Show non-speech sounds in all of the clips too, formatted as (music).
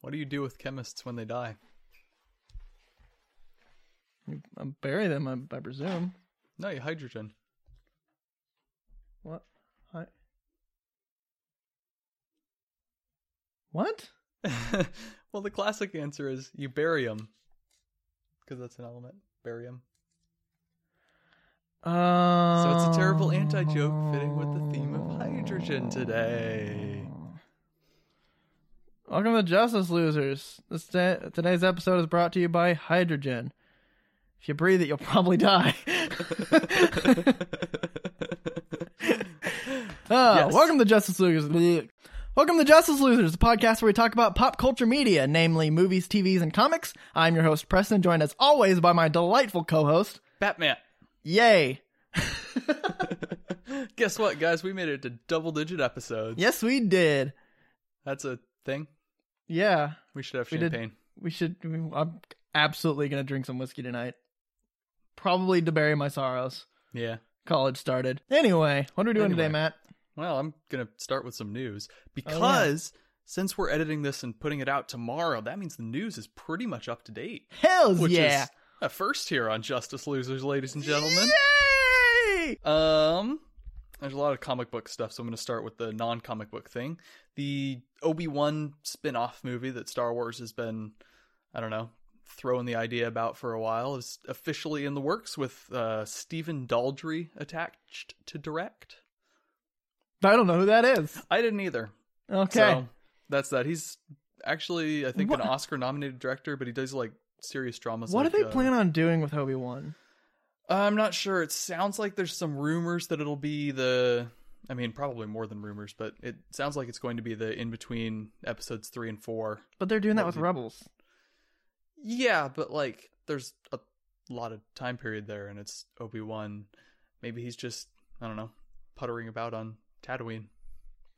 What do you do with chemists when they die? You I bury them, I, I presume. No, you hydrogen. (laughs) What? I... What? well, the classic answer is you bury them because that's an element. Bury them. Uh, So it's a terrible anti joke fitting with the theme Oh. of hydrogen today. (laughs) Welcome to Justice Losers. This day, today's episode is brought to you by hydrogen. If you breathe it, you'll (laughs) probably die. Ah, Yes. Welcome to Justice Losers. Blech. Welcome to Justice Losers, the podcast where we talk about pop culture media, namely movies, TVs, and comics. I'm your host, Preston, joined as always by my delightful co-host. Batman. (laughs) Yay! Guess what, guys? We made it to double digit episodes. Yes, we did. That's a thing. Yeah, We should have We did. champagne. we should. I'm absolutely gonna drink some whiskey tonight. Probably to bury my sorrows. Yeah. College started. Anyway, what are we doing Anyway. today, Matt? Well, I'm going to start with some news because since we're editing this and putting it out tomorrow, that means the news is pretty much up to date. Hell's Which yeah! is a first here on Justice Losers, ladies and gentlemen. Yay! Um, there's a lot of comic book stuff, so I'm going to start with the non-comic book thing. The Obi wan spin-off movie that Star Wars has been, I don't know, throwing the idea about for a while is officially in the works with uh, Stephen Daldry attached to direct. I don't know who that is. I didn't either. Okay. So that's that. He's actually, I think, What- an Oscar-nominated director, but he does like serious dramas. what like, do they uh, plan on doing with Obi Wan? I'm not sure. It sounds like there's some rumors that it'll be the. I mean, probably more than rumors, but it sounds like it's going to be the in between episodes three and four. But they're doing What that with was it? Rebels. Yeah, but like, there's a lot of time period there, and it's Obi Wan. Maybe he's just, I don't know, puttering about on Tatooine.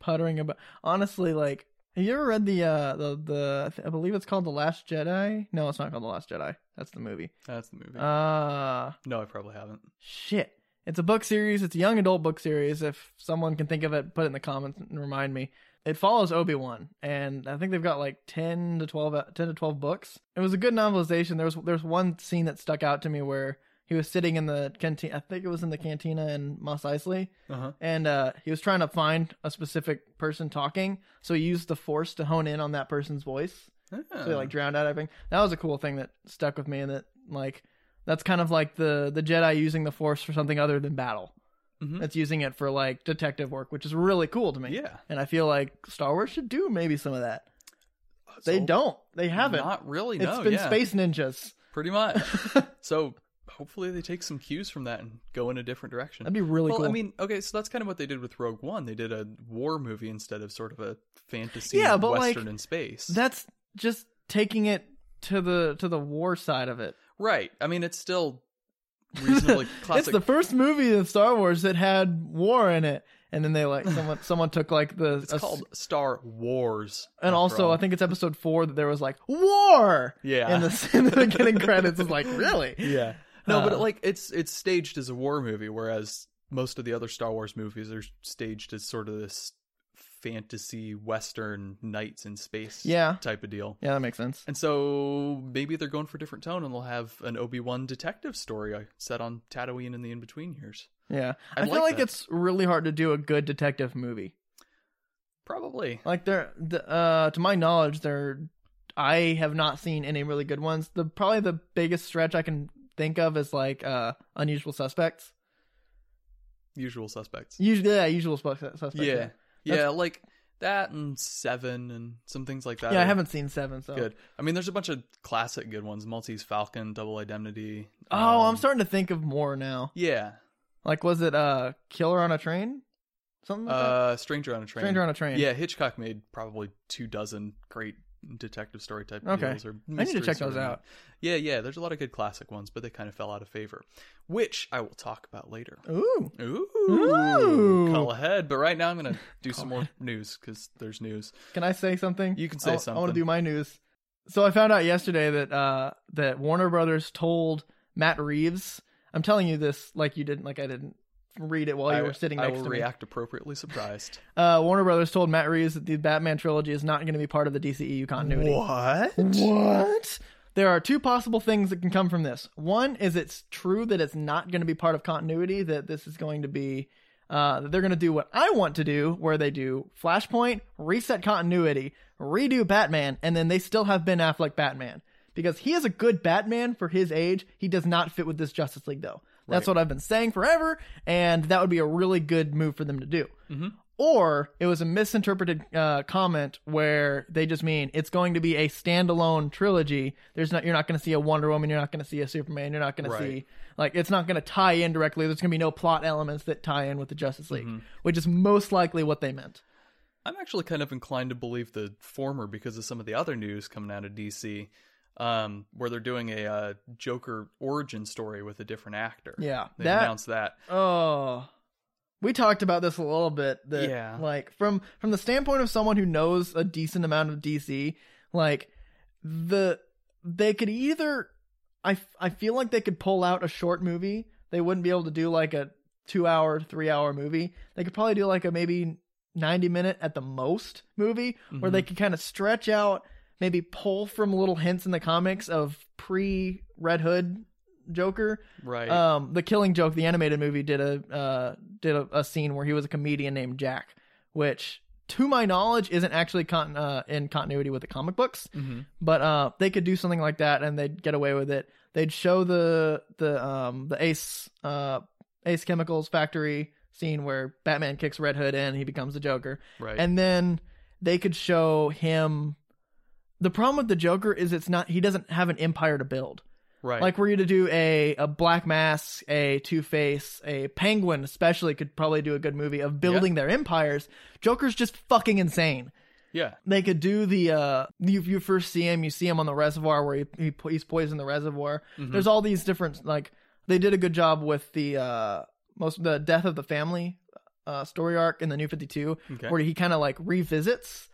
Puttering about. Honestly, like, have you ever read the uh the the I believe it's called The Last Jedi? No, it's not called The Last Jedi. That's the movie. That's the movie. Ah, no, I probably haven't. shit. It's a book series. It's a young adult book series. If someone can think of it, put it in the comments and remind me. It follows Obi Wan, and I think they've got like ten to twelve, uh, 10 to twelve books. It was a good novelization. There was there's one scene that stuck out to me where he was sitting in the canteen. I think it was in the cantina in Moss Eisley, Uh huh. and uh, he was trying to find a specific person talking. So he used the Force to hone in on that person's voice so they like drowned out everything. That was a cool thing that stuck with me, and that like that's kind of like the the Jedi using the Force for something other than battle. Mhm. It's using it for like detective work, which is really cool to me. yeah, and I feel like Star Wars should do maybe some of that. They Uh, So, don't. They haven't. Not really. It's no, been yeah. space (laughs) ninjas. Pretty much. so hopefully they take some cues from that and go in a different direction. That'd be really well, cool. I mean, okay, so that's kind of what they did with Rogue One. They did a war movie instead of sort of a fantasy Yeah, but, western like, in space. that's just taking it to the to the war side of it. right. I mean, it's still reasonably (laughs) It's classic. the first movie in Star Wars that had war in it, and then they like someone (laughs) someone took like the It's a s- called Star Wars. And after also, all. I think it's episode four that there was like war Yeah. in the, (laughs) in the beginning credits. Is like really? (laughs) yeah. No, but Uh, like it's it's staged as a war movie, whereas most of the other Star Wars movies are staged as sort of this fantasy western knights in space Yeah. type of deal. Yeah, that makes sense. And so maybe they're going for a different tone, and they'll have an Obi Wan detective story uh, set on Tatooine in the in between years. Yeah, i I'd feel like like that. it's really hard to do a good detective movie. Probably. Like there, the, uh, to my knowledge, there, I have not seen any really good ones. The probably the biggest stretch I can think of is like uh, Unusual Suspects. Usual suspects. Usually, yeah, Usual Sus- Suspects. Yeah, yeah, That's- like that and Seven and some things like that. yeah, I are haven't seen Seven. So Good. I mean, there's a bunch of classic good ones: Maltese Falcon, Double Identity. Oh, um, I'm starting to think of more now. Yeah, Like, was it uh, Killer on a Train? Something like that. uh, Stranger on a Train. Stranger on a Train. Yeah, Hitchcock made probably two dozen great detective story type Okay. deals. Or I need to check mysteries those or- out. Yeah, yeah. There's a lot of good classic ones, but they kind of fell out of favor, which I will talk about later. Ooh. Ooh, Ooh. call ahead. But right now, I'm (laughs) gonna do Call some more news because there's news. Can I say something? You can say I, I want something. to do my news. So I found out yesterday that uh that Warner Brothers told Matt Reeves. I'm telling you this like you didn't like I didn't read it while you I- were sitting I next will to me. react appropriately (laughs) surprised. Uh, Warner Brothers told Matt Reeves that the Batman trilogy is not going to be part of the DCEU continuity. what? What? There are two possible things that can come from this. One is it's true that it's not going to be part of continuity, that this is going to be, uh, that they're going to do what I want to do, where they do Flashpoint, reset continuity, redo Batman, and then they still have Ben Affleck Batman. Because he is a good Batman for his age. He does not fit with this Justice League, though. That's what I've been saying forever, and that would be a really good move for them to do or it was a misinterpreted uh, comment where they just mean it's going to be a standalone trilogy. There's not you're not going to see a Wonder Woman, you're not going to see a Superman, you're not going Right. to see like it's not going to tie in directly. There's going to be no plot elements that tie in with the Justice League, Mm-hmm. which is most likely what they meant. I'm actually kind of inclined to believe the former because of some of the other news coming out of DC, um, where they're doing a uh, Joker origin story with a different actor. Yeah, they that announced that. oh. We talked about this a little bit that Yeah. like from from the standpoint of someone who knows a decent amount of DC, like the they could either I, f- I feel like they could pull out a short movie. They wouldn't be able to do like a 2-hour, 3-hour movie. They could probably do like a maybe 90 minute at the most movie where they could kind of stretch out maybe pull from little hints in the comics of pre Red Hood Joker Mm-hmm. Right. um, the Killing Joke, the animated movie, did a uh, did a, a scene where he was a comedian named Jack, which, to my knowledge, isn't actually con- uh, in continuity with the comic books. Mhm. But uh, they could do something like that, and they'd get away with it. They'd show the the um, the Ace uh, Ace Chemicals factory scene where Batman kicks Red Hood in, he becomes the Joker, Right. and then they could show him. The problem with the Joker is it's not he doesn't have an empire to build. right. Like were you to do a a Black Mask, a Two Face, a Penguin, especially could probably do a good movie of building their empires. Joker's just fucking insane. yeah. They could do the uh you you first see him, you see him on the reservoir where he, he po- he's poisoned the reservoir. There's all these different like they did a good job with the uh most the death of the family uh story arc in the New Fifty Two Okay. where he kind of like revisits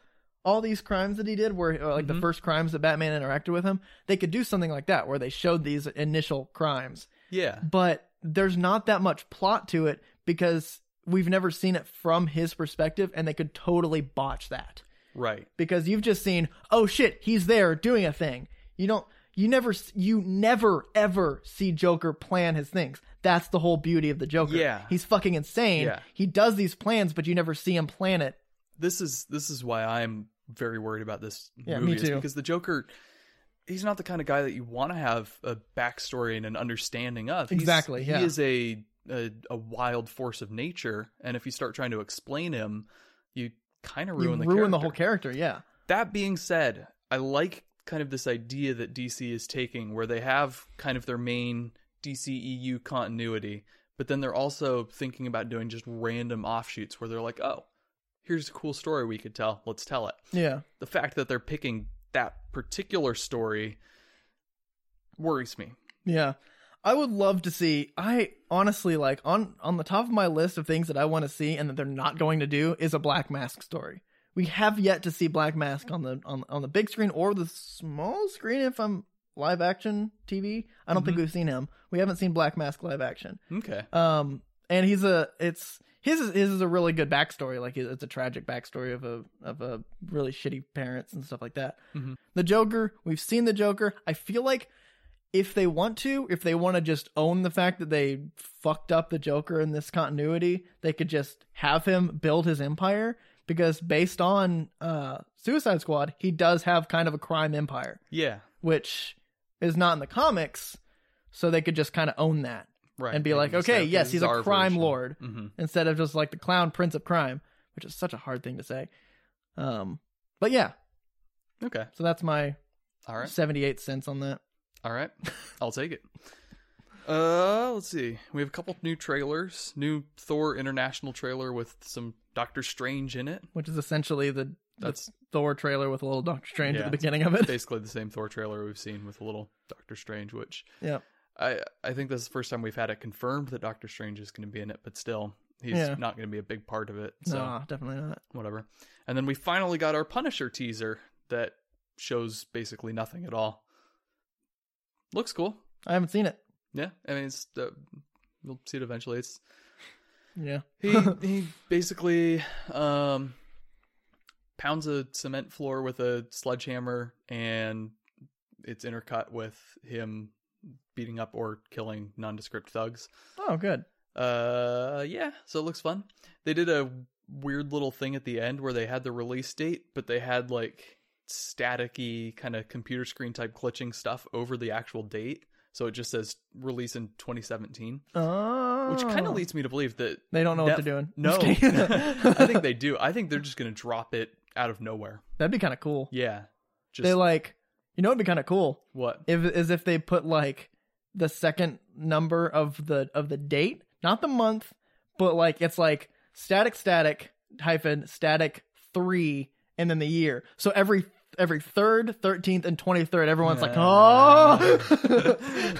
all these crimes that he did where or, like the first crimes that batman interacted with him they could do something like that where they showed these initial crimes yeah. but there's not that much plot to it because we've never seen it from his perspective and they could totally botch that Right. because you've just seen oh shit he's there doing a thing you don't you never s- you never ever see joker plan his things that's the whole beauty of the joker Yeah. he's fucking insane Yeah. he does these plans but you never see him plan it This is this is why I'm very worried about this Yeah, movie me is too. because the Joker he's not the kind of guy that you want to have a backstory and an understanding of. He's- Exactly, yeah. He is a, a a wild force of nature and if you start trying to explain him, you kind of ruin you the ruin the whole character. character. Yeah, that being said, I like kind of this idea that DC is taking where they have kind of their main DCEU continuity, but then they're also thinking about doing just random offshoots where they're like, oh, here's a cool story we could tell. Let's tell it. yeah. The fact that they're picking that particular story worries me. Yeah. I would love to see. I honestly like on on the top of my list of things that I want to see and that they're not going to do is a Black Mask story. We have yet to see Black Mask on the on on the big screen or the small screen if I'm live action TV. I don't think we've seen him. We haven't seen Black Mask live action. Okay. Um, and he's a it's his is, his is a really good backstory. Like it's a tragic backstory of a of a really shitty parents and stuff like that. Mhm. The Joker, we've seen the Joker. I feel like if they want to, if they want to just own the fact that they fucked up the Joker in this continuity, they could just have him build his empire because based on uh Suicide Squad, he does have kind of a crime empire, Yeah. which is not in the comics. So they could just kind of own that Right. And be like, okay, yes, he's a crime lord. hmm instead of just like the clown prince of crime, which is such a hard thing to say. Um, but yeah, Okay. so that's my All right. 78 cents on that. All right, (laughs) I'll take it. Uh, let's see. We have a couple new trailers. New Thor International trailer with some Doctor Strange in it. Which is essentially the, the (laughs) That's Thor trailer with a little Doctor Strange Yeah. at the beginning of (laughs) it. basically the same Thor trailer we've seen with a little Doctor Strange, which yeah, I I think this is the first time we've had it confirmed that Doctor Strange is going to be in it, but still he's Yeah. not going to be a big part of it. So no, definitely not. whatever. And then we finally got our Punisher teaser that shows basically nothing at all. Looks cool. I haven't seen it. Yeah, I mean, it's uh, you'll see it eventually. It's Yeah. He he basically um, pounds a cement floor with a sledgehammer, and it's intercut with him beating up or killing nondescript thugs. oh, good. Uh, yeah, so it looks fun. They did a weird little thing at the end where they had the release date, but they had like staticky kind of computer screen type glitching stuff over the actual date. So it just says release in 2017, Oh. which kind of leads me to believe that They don't know Nef- what they're doing. no, Just (laughs) kidding. I (laughs) think they do. I think they're just going to drop it out of nowhere. that'd be kind of cool. Yeah. Just They like, you know, it'd be kind of cool what? if is if they put like the second number of the of the date, not the month, but like it's like static static hyphen static three and then the year. So every every third, thirteenth, and twenty third, everyone's like, oh, (laughs)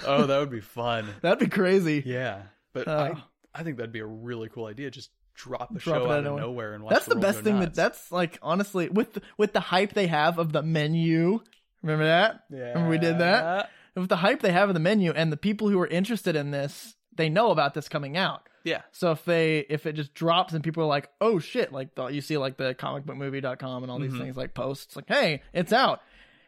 oh, that would be fun. (laughs) that'd be crazy. Yeah. But Uh, I, I think that'd be a really cool idea. Just drop a Drop show it out of out of nowhere and watch That's the world best go thing that nuts. that's like honestly with the, with the hype they have of the menu. Remember that? Yeah. Remember we did that? With the hype they have of the menu and the people who are interested in this, they know about this coming out. Yeah. So if they if it just drops and people are like, "Oh shit," like the, you see like the comicbookmovie.com and all these Mhm. things like posts like, "Hey, it's out."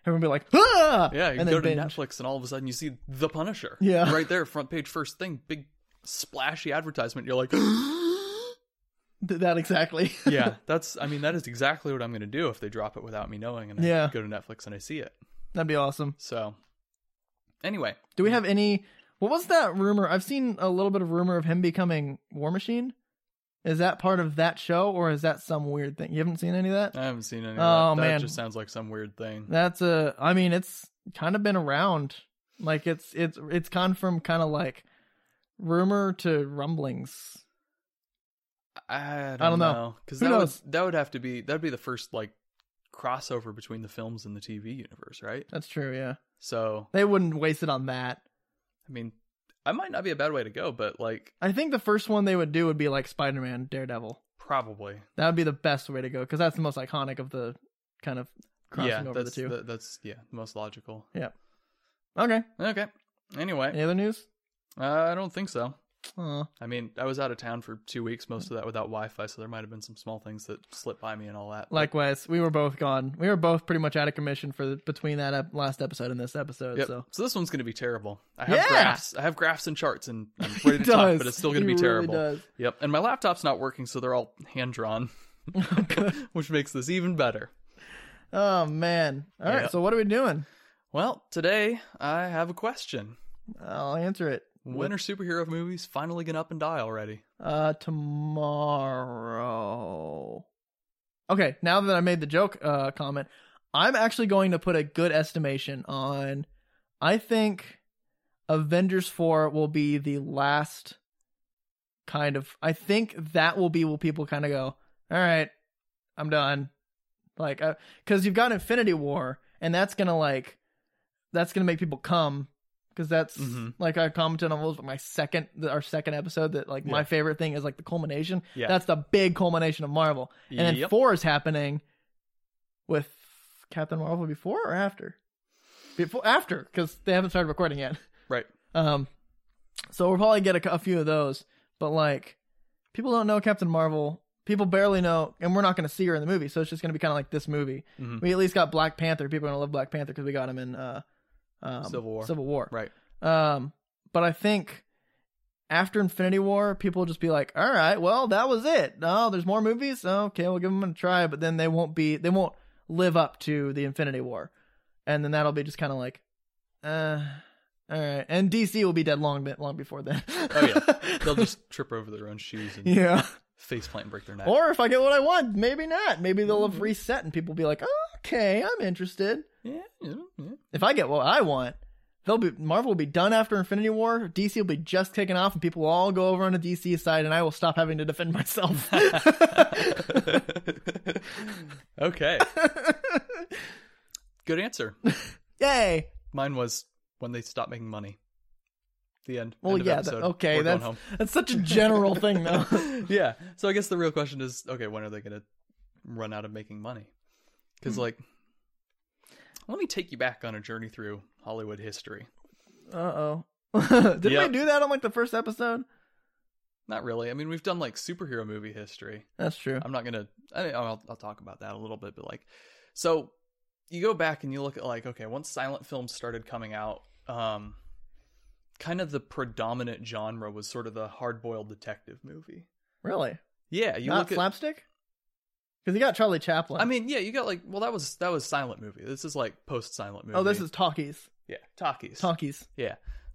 Everyone be like, "Ah!" Yeah, you and go then to binge. Netflix and all of a sudden you see The Punisher. Yeah. Right there, front page first thing, big splashy advertisement. You're like, (gasps) Th- that exactly. (laughs) yeah, that's, I mean, that is exactly what I'm going to do if they drop it without me knowing and I Yeah. go to Netflix and I see it. That'd be awesome. So, anyway, Do we have any What was that rumor? I've seen a little bit of rumor of him becoming War Machine. Is that part of that show or is that some weird thing? You haven't seen any of that? I haven't seen any of Oh, that. That man. just sounds like some weird thing. That's a. I mean, it's kind of been around. Like it's it's it's gone from kind of like rumor to rumblings. I don't, don't know. Because Who that would, knows? that would have to be, that'd be the first, like, crossover between the films and the TV universe, right? That's true. Yeah, So, they wouldn't waste it on that. I mean, I might not be a bad way to go, but, like, I think the first one they would do would be like Spider Man, Daredevil. probably. That would be the best way to go because that's the most iconic of the kind of crossing yeah, over the that's, two. that- that's, yeah, the most logical. Okay. Okay. Anyway, Any other news? uh, I don't think so. Oh, I mean, I was out of town for two weeks, most of that without Wi-Fi, so there might have been some small things that slipped by me and all that. but- likewise, we were both gone. We were both pretty much out of commission for the, between that ep- last episode and this episode. Yep. So So. this one's going to be terrible. I have Yeah! graphs. I have graphs and charts, and (laughs) I'm ready to He talk, does. but it's still going to He be really terrible. does. Yep. And my laptop's not working, so they're all hand (laughs) drawn, (laughs) which makes this even better. Oh man! All right, Yep. so what are we doing? Well, today I have a question. I'll answer it. When are superhero movies finally going to up and die already? Uh, tomorrow. Okay, now that I made the joke uh, comment, I'm actually going to put a good estimation on. I think Avengers 4 will be the last kind of. I think that will be where people kind of go, all right, I'm done. Like, because you've got Infinity War, and that's going to, like, that's going to make people come. Because that's Mhm. like I commented on what was my second, our second episode that like my Yeah. favorite thing is like the culmination. Yeah. That's the big culmination of Marvel. And then Yep. four is happening with Captain Marvel before or after? Before after because they haven't started recording yet. Right. Um, so we'll probably get a, cou- a few of those, but like people don't know Captain Marvel. People barely know, and we're not going to see her in the movie, so it's just going to be kind of like this movie. (laughs) Mhm. We at least got Black Panther. People are going to love Black Panther because we got him in uh, um, Civil War. Civil War. Right. Um, but I think after Infinity War, people will just be like, "All right, well, that was it. Oh, there's more movies. Okay, we'll give them a try." But then they won't be, they won't live up to the Infinity War, and then that'll be just kind of like, uh, all right. And DC will be dead long, bit long before then. Oh, They'll just trip over their own shoes and (laughs) yeah. face plant and break their neck. Or if I get what I want, maybe not. Maybe they'll have reset, and people will be like, oh, "Okay, I'm interested." yeah, yeah, (laughs) yeah. (laughs) if I get what I want, they'll be Marvel will be done after Infinity War. DC will be just kicking off, and people will all go over on the DC side, and I will stop having to (laughs) defend myself. okay. Good answer. Yay! Mine was when they stopped making money. The end. Well, end of yeah, episode. that, okay, We're going that's that's such a general thing, (laughs) though. home. yeah. So I guess the real question is, okay, when are they going to run out of making money? Hmm. Because like, let me take you back on a journey through Hollywood history. Uh oh. (laughs) Didn't Yep. we do that on like the first episode? Not really. I mean, we've done like superhero movie history. That's true. (laughs) I'm not gonna. I, I'll, I'll talk about that a little bit, but like, so you go back and you look at like, okay, once silent films started coming out, um, kind of the predominant genre was sort of the hard-boiled detective movie. Really? Yeah, you not look at. slapstick? Because you got Charlie Chaplin. I mean, yeah, you got like, well, that was that was silent movie. This is like post-silent movie. oh, this is talkies. yeah, talkies. Talkies.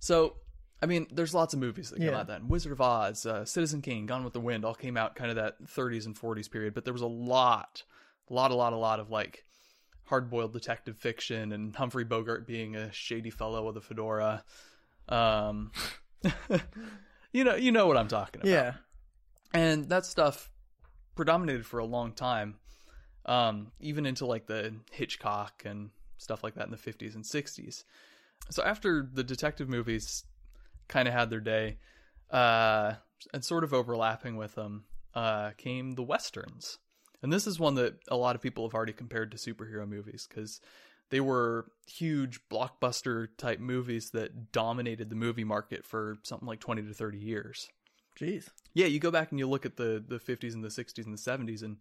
So, I mean, there's lots of movies that came Yeah. out then. Wizard of Oz, uh, Citizen Kane, Gone with the Wind, all came out kind of that 30s and 40s period. But there was a lot, a lot, a lot, a lot of like hard-boiled detective fiction and Humphrey Bogart being a shady fellow with a fedora. Um, (laughs) you know, you know what I'm talking about Yeah. and that stuff predominated for a long time um even into like the hitchcock and stuff like that in the 50s and 60s so after the detective movies kind of had their day uh and sort of overlapping with them uh came the westerns and this is one that a lot of people have already compared to superhero movies because they were huge blockbuster type movies that dominated the movie market for something like 20 to 30 years Jeez. yeah, you go back and you look at the the 50s and the 60s and the 70s, and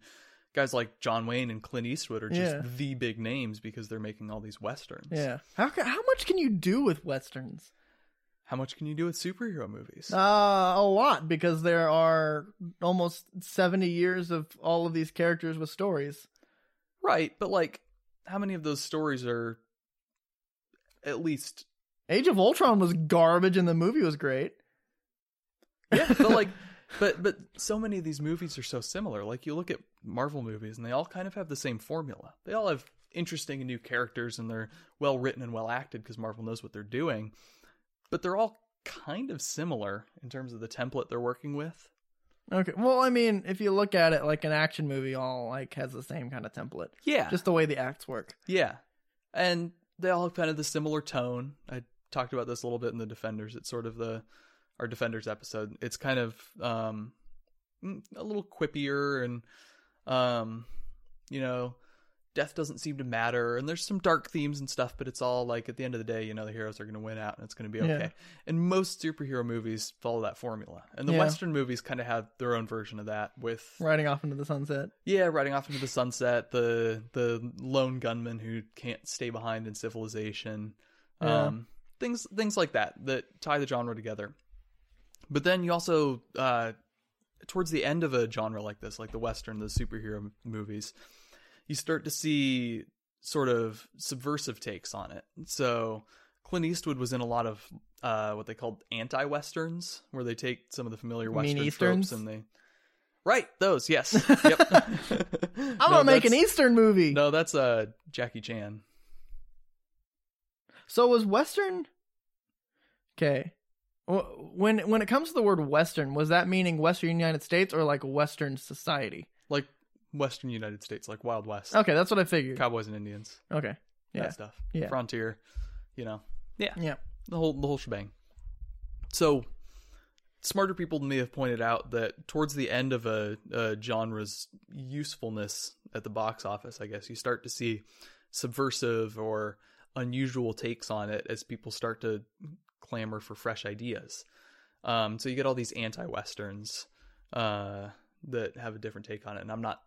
guys like John Wayne and Clint Eastwood are just Yeah. the big names because they're making all these westerns. Yeah. How ca- how much can you do with westerns? How much can you do with superhero movies? Uh, a lot because there are almost seventy years of all of these characters with stories. right, but like, how many of those stories are at least? Age of Ultron was garbage, and the movie was great. Yeah, but like, but but so many of these movies are so similar. Like, you look at Marvel movies, and they all kind of have the same formula. They all have interesting and new characters, and they're well written and well acted because Marvel knows what they're doing. but they're all kind of similar in terms of the template they're working with. Okay. Well, I mean, if you look at it like an action movie, all like has the same kind of template, Yeah. just the way the acts work. yeah. And they all have kind of the similar tone. I talked about this a little bit in the Defenders. It's sort of the our Defenders episode. It's kind of um mm, a little quippier and um you know, death doesn't seem to matter and there's some dark themes and stuff, but it's all like at the end of the day, you know, the heroes are going to win out and it's going to be Yeah. okay. And most superhero movies follow that formula. And the Yeah. western movies kind of have their own version of that with Riding off into the sunset. Yeah, riding off into the sunset, the the lone gunman who can't stay behind in civilization. Yeah. Um things things like that that tie the genre together. But then you also uh towards the end of a genre like this, like the western, the superhero m- movies, you start to see sort of subversive takes on it. So Clint Eastwood was in a lot of uh, what they called anti-westerns, where they take some of the familiar Mean western Easterns? tropes and they Right, those, yes. (laughs) Yep. I'm I'm gonna Oh, make an Eastern movie. No, that's uh Jackie Chan. So was Western? Okay. Wh- When when it comes to the word Western, was that meaning Western United States or like Western society? Like Western United States, like Wild West. Okay, that's what I figured. Cowboys and Indians. Okay. Yeah. That stuff. Yeah. Frontier. You know. Yeah. the whole the whole shebang. So smarter people than me have pointed out that towards the end of a, a genre's usefulness at the box office, I guess you start to see subversive or unusual takes on it as people start to clamor for fresh ideas. Um, so you get all these anti-westerns uh, that have a different take on it, and I'm not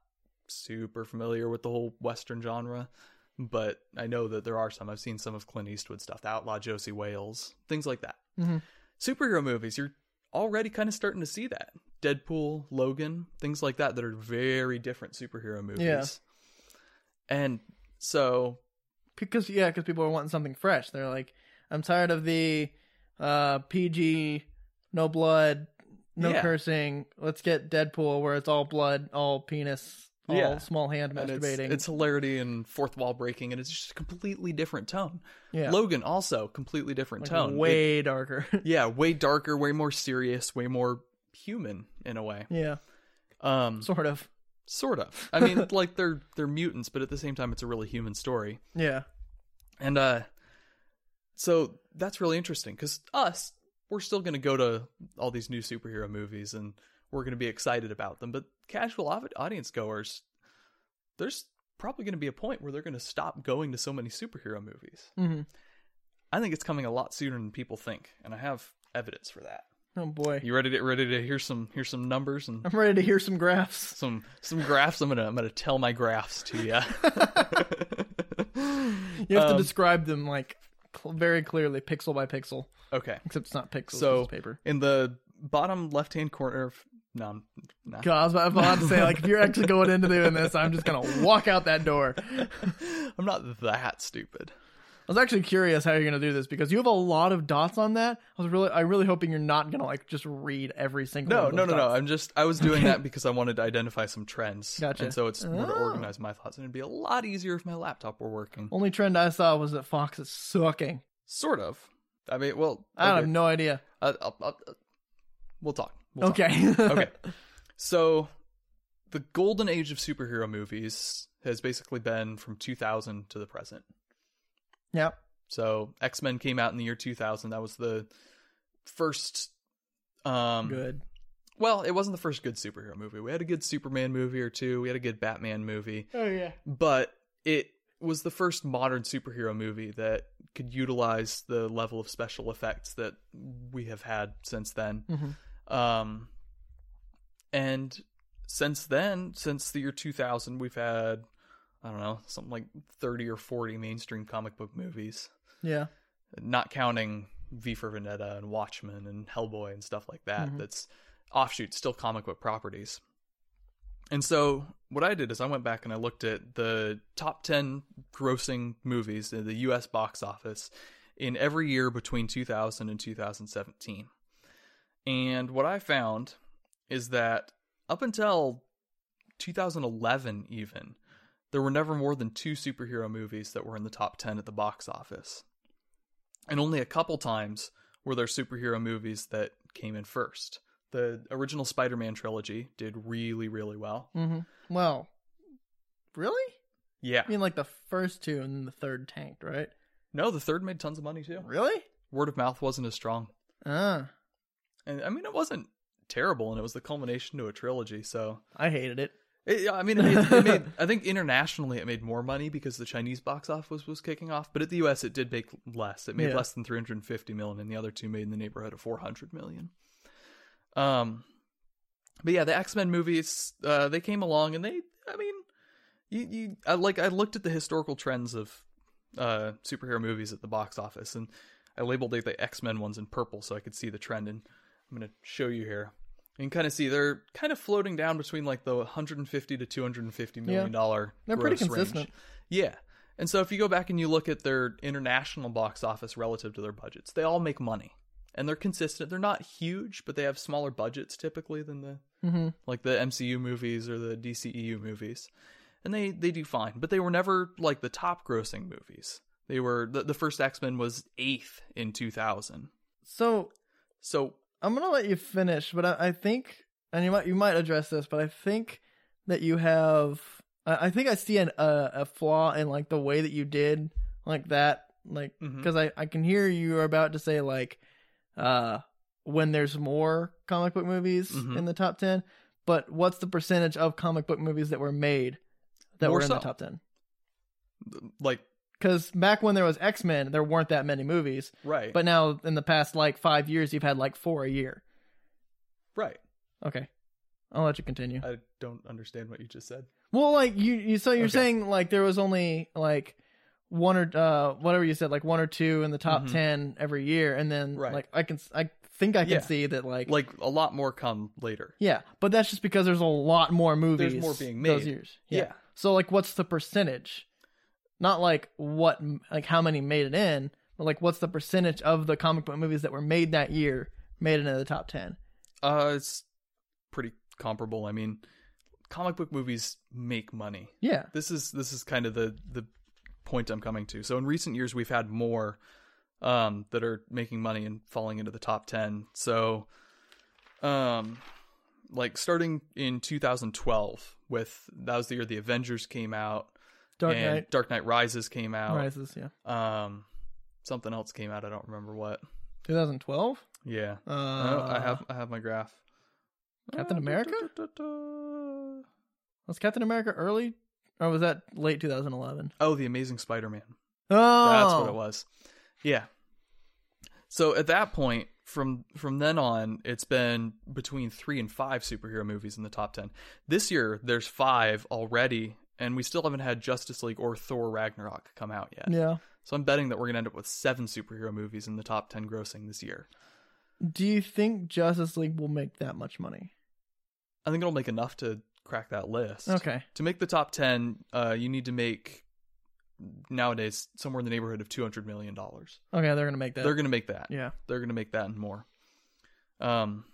super familiar with the whole western genre but I know that there are some. I've seen some of Clint Eastwood stuff, The Outlaw Josie Wales, things like that. Mhm. Superhero movies, you're already kind of starting to see that. Deadpool, Logan, things like that that are very different superhero movies. Yeah. And so, Because yeah, because people are wanting something fresh. They're like, I'm tired of the uh, PG, no blood, no Yeah. cursing. Let's get Deadpool where it's all blood, all penis, all Yeah. small hand and it's, masturbating. it's hilarity and fourth wall breaking, and it's just a completely different tone. yeah. Logan, also, completely different Like, tone. It- way darker. (laughs) yeah, way darker, way more serious, way more human in a way. yeah, Um, sort of. sort of i mean (laughs) like they're they're mutants but at the same time it's a really human story Yeah. and uh so that's really interesting because us we're still going to go to all these new superhero movies and we're going to be excited about them but casual au- audience goers there's probably going to be a point where they're going to stop going to so many superhero movies hmm i think it's coming a lot sooner than people think and i have evidence for that Oh boy, You ready to get ready to hear some hear some numbers and I'm ready to hear some graphs. (laughs) some some graphs? I'm gonna I'm gonna tell my graphs to you. You have Um, to describe them like cl- very clearly, pixel by pixel. okay. Except it's not pixels, So- it's paper. In the bottom left hand corner of no, I'm- nah. God, I was about- about to say like if you're actually going into doing this, I'm just gonna walk out that door. I'm not that stupid. I was actually curious how you're gonna do this because you have a lot of dots on that. I was really, I really hoping you're not gonna like just read every single. No, one no, of no, those no. dots. I'm just I was doing (laughs) that because I wanted to identify some trends. Gotcha. And so it's more to Oh. organize my thoughts, and it'd be a lot easier if my laptop were working. Only trend I saw was that Fox is sucking. Sort of. I mean, well, I okay. have no idea. I- I'll- I'll- I'll- we'll talk. We'll talk. Okay. okay. So, the golden age of superhero movies has basically been from 2000 to the present. (laughs) yep. So, X Men came out in the year 2000. That was the first. Um, Good. Well, it wasn't the first good superhero movie. We had a good Superman movie or two. We had a good Batman movie, Oh yeah. but it was the first modern superhero movie that could utilize the level of special effects that we have had since then. hmm Um, and since then, since the year 2000, we've had, I don't know, something like 30 or 40 mainstream comic book movies, Yeah. not counting V for Vendetta and Watchmen and Hellboy and stuff like that. Mhm. That's offshoot, still comic book properties. And so what I did is I went back and I looked at the top 10 grossing movies in the US box office in every year between 2000 and 2017. And what I found is that up until 2011 even there were never more than two superhero movies that were in the top 10 at the box office. And only a couple times were there superhero movies that came in first. The original Spider-Man trilogy did really really well. hmm Well, really? Yeah. I mean, like the first two and then the third tanked, right? No, the third made tons of money too. Really? Word of mouth wasn't as strong. Ah, And I mean it wasn't terrible and it was the culmination to a trilogy, so I hated it. It, I mean, it made, it made. I think internationally it made more money because the Chinese box office was, was kicking off, but at the U.S. it did make less. It made Yeah. less than 350 million, and the other two made in the neighborhood of 400 million. Um, but yeah, the X Men movies uh, they came along, and they. I mean, you you I like I looked at the historical trends of uh superhero movies at the box office, and I labeled the, the X Men ones in purple so I could see the trend. And I'm gonna show you here. You can kind of see they're kind of floating down between like the 150 to 250 million dollar. They're pretty gross range. consistent. Yeah, and so if you go back and you look at their international box office relative to their budgets, they all make money and they're consistent. They're not huge, but they have smaller budgets typically than the hmm like the MCU movies or the DCEU movies. And they they do fine, but they were never like the top grossing movies. They were the, the first X-Men was 8th in 2000. So So, I'm gonna let you finish, but I, I think, and you might you might address this, but I think that you have, I, I think I see an uh, a flaw in like the way that you did like that, like mhm. because I I can hear you are about to say like, uh, when there's more comic book movies Mhm. in the top ten, but what's the percentage of comic book movies that were made that More were in the so. top ten? like Because back when there was X Men, there weren't that many movies, right. but now in the past like five years, you've had like four a year. right. Okay. I'll let you continue. I don't understand what you just said. Well, like you, you so you're Okay. saying like there was only like one or uh whatever you said, like one or two in the top Mhm. ten every year, and then Right. like I can I think I can Yeah. see that like Like a lot more come later. yeah, but that's just because there's a lot more movies. more being those made. years. So like, what's the percentage? Not like what like how many made it in, but like what's the percentage of the comic book movies that were made that year made it into the top ten? Uh it's pretty comparable. I mean, comic book movies make money. Yeah. this is this is kind of the the point I'm coming to. So in recent years, we've had more um, that are making money and falling into the top ten. So, um, like starting in 2012, with that was the year the Avengers came out, Dark and Knight Dark Knight Rises came out, Rises. Yeah. um, something else came out. I don't remember what. 2012. Yeah, Uh, Oh, I have I have my graph. Captain Uh, America? Was Captain America early or was that late 2011? Oh, the Amazing Spider-Man. Oh, That's what it was. Yeah. So at that point, from from then on it's been between 3 and 5 superhero movies in the top 10. This year there's 5 already and we still haven't had Justice League or Thor Ragnarok come out yet. Yeah. So I'm betting that we're going to end up with 7 superhero movies in the top 10 grossing this year. Do you think Justice League will make that much money? I think it'll make enough to crack that list. Okay. To make the top 10, uh, you need to make nowadays somewhere in the neighborhood of 200 million dollars. Okay, they're gonna make that. They're going to make that. yeah. they're going to make that and more. Um,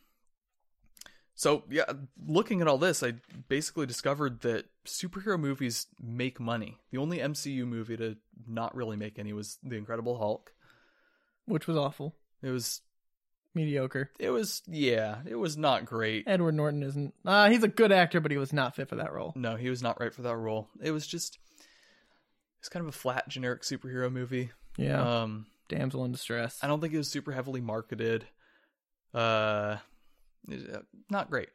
so yeah, looking at all this, I basically discovered that superhero movies make money. The only MCU movie to not really make any was The Incredible Hulk. Which was awful. It was, Mediocre. it was, yeah, it was not great. Edward Norton isn't uh he's a good actor, but he was not fit for that role. No, he was not right for that role. It was just, it's kind of a flat, generic superhero movie. Yeah. Um, Damsel in distress. I don't think it was super heavily marketed. Uh, it- not great.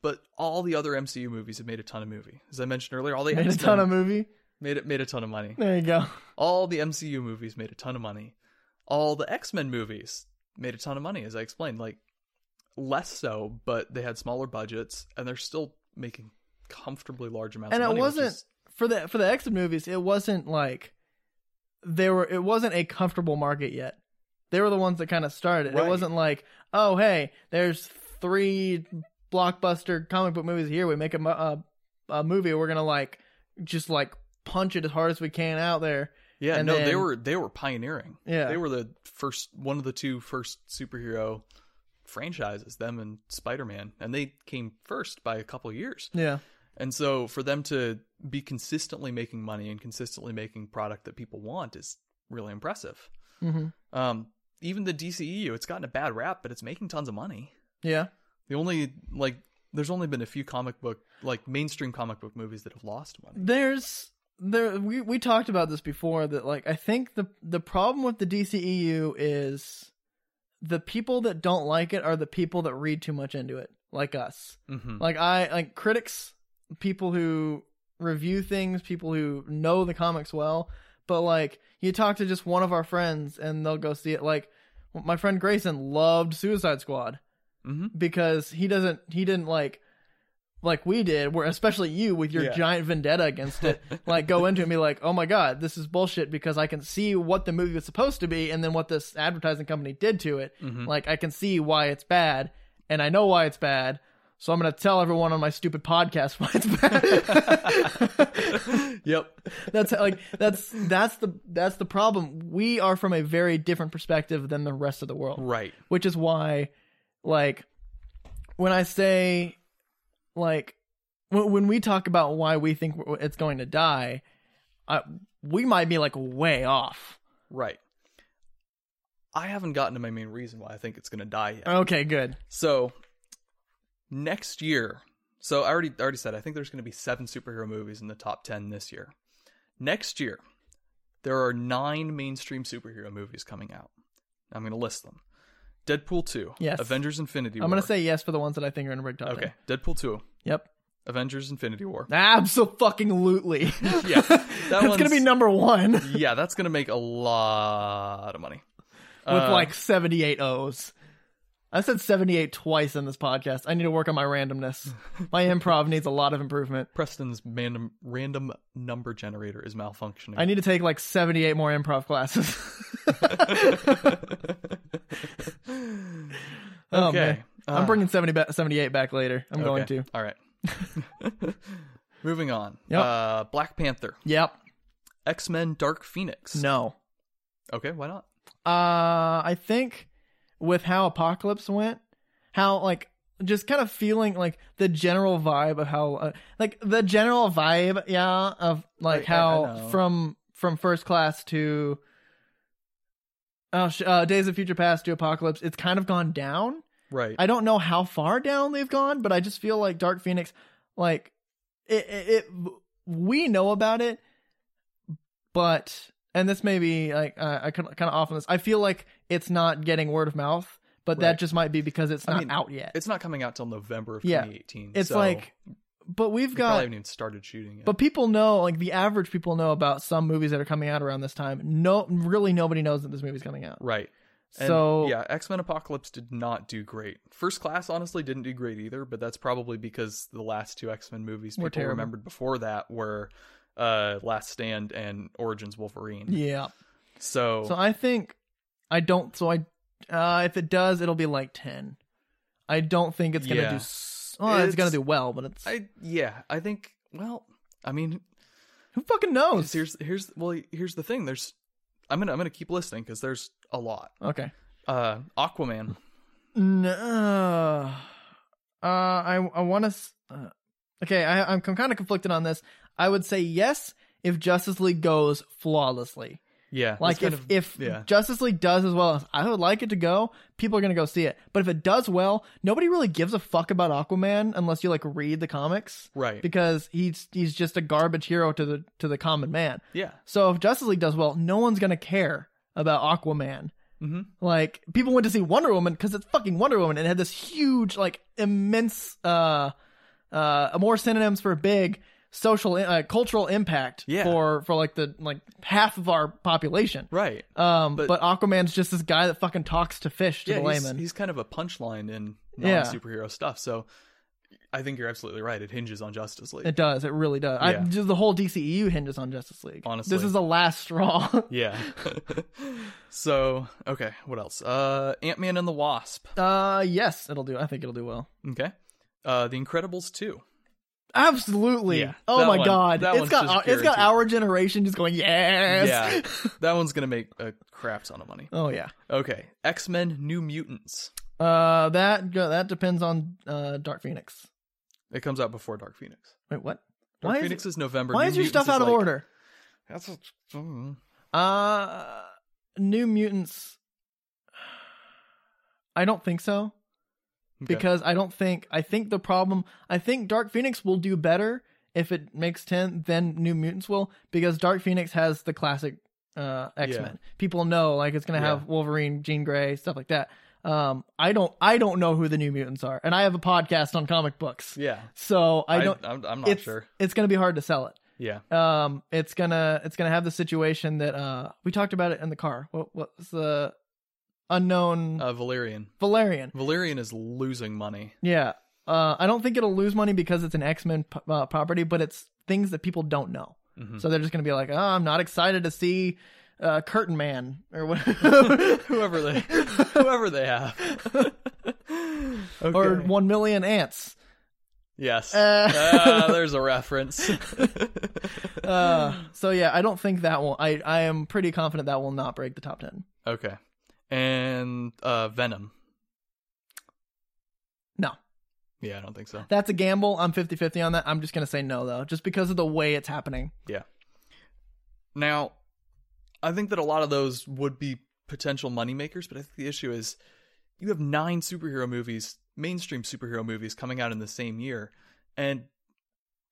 But all the other MCU movies have made a ton of movie. As I mentioned earlier, all the Made a X-Men ton of movie. made it made a ton of money. There you go. All the MCU movies made a ton of money. All the X-Men movies made a ton of money, as I explained. Like less so, but they had smaller budgets, and they're still making comfortably large amounts. And of it money, which wasn't is- for the for the X Men movies. It wasn't like they were. It wasn't a comfortable market yet. They were the ones that kind of started. Right. It wasn't like oh hey, there's three blockbuster comic book movies here. We make a, mo- a, a movie. We're gonna like just like punch it as hard as we can out there. yeah, and no, they then- were they were pioneering. Yeah, They were the first one of the two first superhero franchises, them and Spider Man, and they came first by a couple years. yeah, And so for them to be consistently making money and consistently making product that people want is really impressive. hmm Um, even the DCEU, it's gotten a bad rap, but it's making tons of money. yeah. The only like there's only been a few comic book like mainstream comic book movies that have lost money. There's there we we talked about this before that like I think the the problem with the DCEU is the people that don't like it are the people that read too much into it, like us. Mm-hmm. Like I like critics, people who review things, people who know the comics well, but like you talk to just one of our friends and they'll go see it like my friend Grayson loved Suicide Squad Mm-hmm. because he doesn't he didn't like like we did where especially you with your Yeah. giant vendetta (laughs) against it like go into it and be like oh my god this is bullshit because i can see what the movie was supposed to be and then what this advertising company did to it Mm-hmm. like i can see why it's bad and i know why it's bad so i'm going to tell everyone on my stupid podcast (laughs) why it's bad (laughs) (laughs) yep. that's like that's that's the that's the problem we are from a very different perspective than the rest of the world Right. which is why like when i say like when, when we talk about why we think it's going to die I, we might be like way off Right. I haven't gotten to my main reason why I think it's going to die yet. okay good So next year, so I already I already said I think there's going to be seven superhero movies in the top ten this year. Next year, there are nine mainstream superhero movies coming out. I'm going to list them: Deadpool two, Yes. Avengers Infinity. i'm War. gonna say yes for the ones that i think are in rig top 10. okay, Deadpool two, yep Avengers Infinity War. (laughs) absolutely (laughs) Yeah, that that's gonna one's- be number one with yeah, that's going to make a lot of money. Uh, like 78 o's i said 78 twice in this podcast i need to work on my randomness my improv needs a lot of improvement Preston's random random number generator is malfunctioning. (laughs) i need to take like 78 more improv classes (laughs) Oh, man. okay. I'm uh, bringing 70 ba- 78 back later. I'm going okay. to. All right. (laughs) Moving on. Yep. Uh, Black Panther, Yep. X Men, Dark Phoenix. No. Okay, why not? Uh, I think with how Apocalypse went, how like just kind of feeling like the general vibe of how uh, like the general vibe, yeah, of like I- I- I how know. from from first class to oh, sh- uh, Days of Future Past to Apocalypse, it's kind of gone down. Right. I don't know how far down they've gone, but I just feel like Dark Phoenix, like it, it, it we know about it, but and this may be like uh, I kind of off on this. I feel like it's not getting word of mouth, but Right. that just might be because it's I not mean, out yet. it's not coming out till November of Yeah. 2018. It's so like, but we've they got probably haven't even started shooting it. but people know, like the average people know about some movies that are coming out around this time. No, really, nobody knows that this movie's coming out. right. And so yeah, X Men Apocalypse did not do great. First Class honestly didn't do great either, but that's probably because the last two X Men movies Were people terrible. remembered before that were uh, Last Stand and Origins Wolverine. yeah. So, So I think I don't. So I uh, if it does, it'll be like ten. I don't think it's gonna Yeah. do. s- Well, it's, gonna It's- do well, but it's I yeah, I think well, I mean who fucking knows. here's here's well here's the thing. There's I'm gonna I'm gonna keep listening because there's a lot. Okay. Uh, Aquaman. (laughs) No. Uh, I I want to. Uh, okay, I, I'm, I'm kind of conflicted on this. I would say yes if Justice League goes flawlessly. Yeah, it's Like if kind of- if yeah. Justice League does as well as I would like it to go, people are gonna go see it. But if it does well, nobody really gives a fuck about Aquaman unless you like read the comics right. because he's he's just a garbage hero to the to the common man. yeah. So if Justice League does well, no one's gonna care about Aquaman. hmm Like people went to see Wonder Woman because it's fucking Wonder Woman and it had this huge, like, immense, uh, uh, more synonyms for big social, uh, cultural impact Yeah. for for like the like half of our population. Right. Um, but, But- Aquaman's just this guy that fucking talks to fish to yeah, the he's, layman. he's kind of a punchline in Yeah. non-superhero stuff. So I think you're absolutely right. It hinges on Justice League. It does. It really does. I, Yeah. just the whole DCEU hinges on Justice League. Honestly. this is the last (laughs) straw. yeah. (laughs) so okay, what else? Uh, Ant Man and the Wasp. uh, yes, it'll do. I think it'll do well. Okay. Uh, The Incredibles two. Absolutely. Yeah, oh that my one- god. that It's one's got just our, it's got guaranteed. our generation just going yes. Yeah, that one's gonna make a crap ton of money. (laughs) oh yeah. Okay, X Men New Mutants. Uh, that go- that depends on uh Dark Phoenix. It comes out before Dark Phoenix. Wait, what? Dark why Phoenix is, is, November. why New is your Mutants stuff out of like- order? That's a, mm. Uh, New Mutants. I don't think so Okay. because I don't think I think the problem I think Dark Phoenix will do better if it makes ten than New Mutants will because Dark Phoenix has the classic uh, X Men. People know like it's gonna have Yeah. Wolverine, Jean Grey, stuff like that. Um, I don't I don't know who the New Mutants are, and I have a podcast on comic books, yeah, so I don't. I, am I'm not it's sure. it's gonna be hard to sell it Yeah, um it's gonna it's gonna have the situation that uh we talked about it in the car what what's the unknown uh, Valerian. valerian Valerian is losing money. yeah uh i don't think it'll lose money because it's an x-men p- uh, property but it's things that people don't know Mhm. so they're just gonna be like oh i'm not excited to see uh curtain man or whatever (laughs) whoever (laughs) they whoever they have. okay. or one million ants yes. uh, Ah, there's a reference. (laughs) uh, Hmm. so yeah i don't think that will i i am pretty confident that will not break the top 10 (laughs) okay. And uh Venom. No. Yeah, I don't think so. That's a gamble. I'm 50 50 on that. I'm just going to say no, though, just because of the way it's happening. Now, I think that a lot of those would be potential moneymakers, but I think the issue is you have nine superhero movies, mainstream superhero movies coming out in the same year, and